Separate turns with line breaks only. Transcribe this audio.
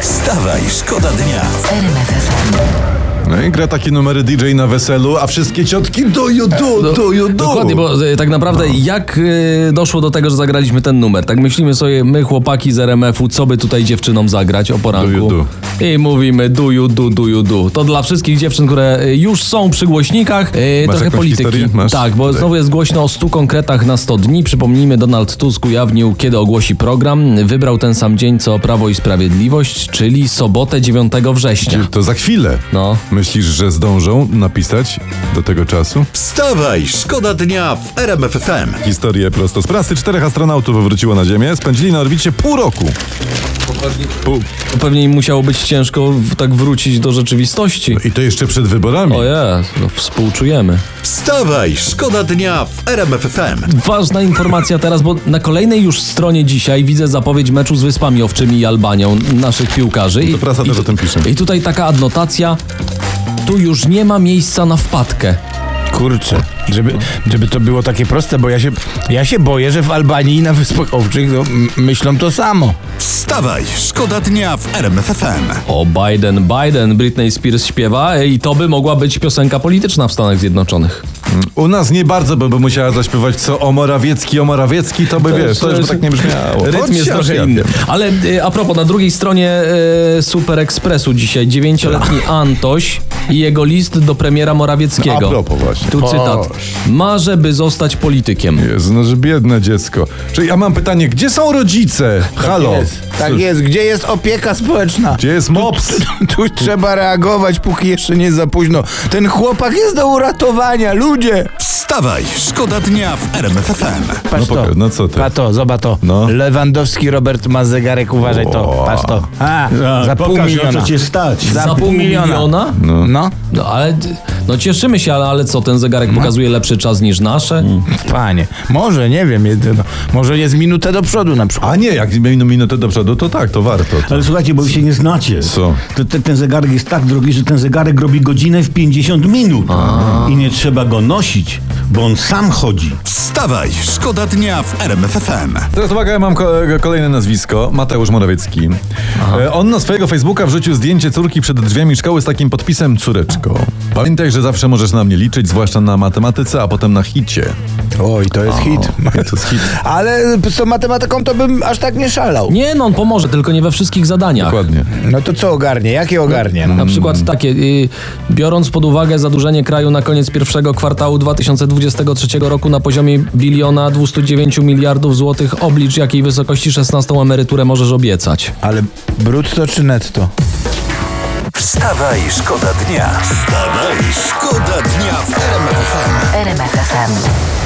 Wstawaj, szkoda dnia.
No i gra takie numery DJ na weselu, a wszystkie ciotki do jo, do, do No. jo, do.
No, Dokładnie, bo e, tak naprawdę jak e, doszło do tego, że zagraliśmy ten numer? Tak myślimy sobie, my chłopaki z RMF-u, co by tutaj dziewczynom zagrać o
Do
poranku?
you do.
I mówimy do you do, do you do. To dla wszystkich dziewczyn, które e, już są przy głośnikach, e, trochę
jakąś
polityki.
historię? Masz?
Tak, bo
Tutaj.
znowu jest głośno o 100 konkretach na 100 dni. Przypomnijmy, Donald Tusk ujawnił, kiedy ogłosi program. Wybrał ten sam dzień, co Prawo i Sprawiedliwość, czyli sobotę 9 września.
To za chwilę.
No.
Myślisz, że zdążą napisać do tego czasu?
Wstawaj, szkoda dnia w RMF FM.
Historię prosto z prasy. Czterech astronautów wróciło na Ziemię, spędzili na orbicie pół roku. Pół.
To pewnie im musiało być ciężko w- tak wrócić do rzeczywistości.
I to jeszcze przed wyborami.
O jest, no współczujemy.
Wstawaj, szkoda dnia w RMF FM.
Ważna informacja teraz, bo na kolejnej już stronie dzisiaj widzę zapowiedź meczu z Wyspami Owczymi i Albanią naszych piłkarzy. I,
To prasa
i,
też o tym pisze.
I tutaj taka adnotacja, tu już nie ma miejsca na wpadkę.
Kurczę, żeby, żeby to było takie proste, bo ja się, ja się boję, że w Albanii i na Wyspach Owczych no, m- myślą to samo.
Wstawaj, szkoda dnia w RMF FM.
O Biden, Biden, Britney Spears śpiewa e, i to by mogła być piosenka polityczna w Stanach Zjednoczonych.
U nas nie bardzo, bo by musiała zaśpiewać co o Morawiecki, o Morawiecki, to by wiesz, to już by tak nie brzmiało.
Rytm
Chodź
jest
się,
trochę
ja
inny.
wiem.
Ale e, a propos, na drugiej stronie e, Super Expressu dzisiaj dziewięcioletni Antoś i jego list do premiera Morawieckiego.
No, Tak. a propos właśnie.
Tu cytat. Marzę, by zostać politykiem.
Jezu, no że biedne dziecko. Czyli ja mam pytanie, gdzie są rodzice? Halo.
Jest, tak jest, gdzie jest opieka społeczna?
Gdzie jest mops?
Tu trzeba reagować, póki jeszcze nie za późno. Ten chłopak jest do uratowania, ludzie!
Wstawaj, szkoda dnia w RMF FM.
Patrz
No
to.
poka- no co ty?
Patrz to, zobacz to.
No.
Lewandowski Robert ma zegarek, uważaj to. Patrz to. A, no, za pół miliona.
stać.
Za pół miliona?
No. no,
No ale no cieszymy się, ale, ale co, ten
No.
zegarek pokazuje lepszy czas niż nasze?
panie. Może, nie wiem, jedyno. Może jest minutę do przodu na przykład.
A nie, jak minę minutę do przodu, to tak, to warto. To.
Ale słuchajcie, bo wy się nie znacie.
Co?
To, te, ten zegarek jest tak drogi, że ten zegarek robi godzinę w 50 minut. I nie trzeba go nosić, bo on sam chodzi.
Wstawaj, szkoda dnia w RMF FM.
Teraz uwaga, ja mam ko- kolejne nazwisko. Mateusz Morawiecki. E, On na swojego Facebooka wrzucił zdjęcie córki przed drzwiami szkoły z takim podpisem Córeczko. Pamiętaj, że zawsze możesz na mnie liczyć, zwłaszcza na matematyce, a potem na hicie.
Oj, to jest hit.
To jest hit.
Ale z tą matematyką to bym aż tak nie szalał.
Nie, no on pomoże, tylko nie we wszystkich zadaniach.
Dokładnie.
No to co ogarnie? Jakie ogarnie?
Na przykład takie, y, biorąc pod uwagę zadłużenie kraju na koniec pierwszego kwartału 2023 roku na poziomie biliona 209 miliardów złotych, oblicz jakiej wysokości 16 emeryturę możesz obiecać.
Ale brutto czy netto?
Wstawaj, szkoda dnia. Wstawaj, szkoda dnia w RMF FM.
RMFFM.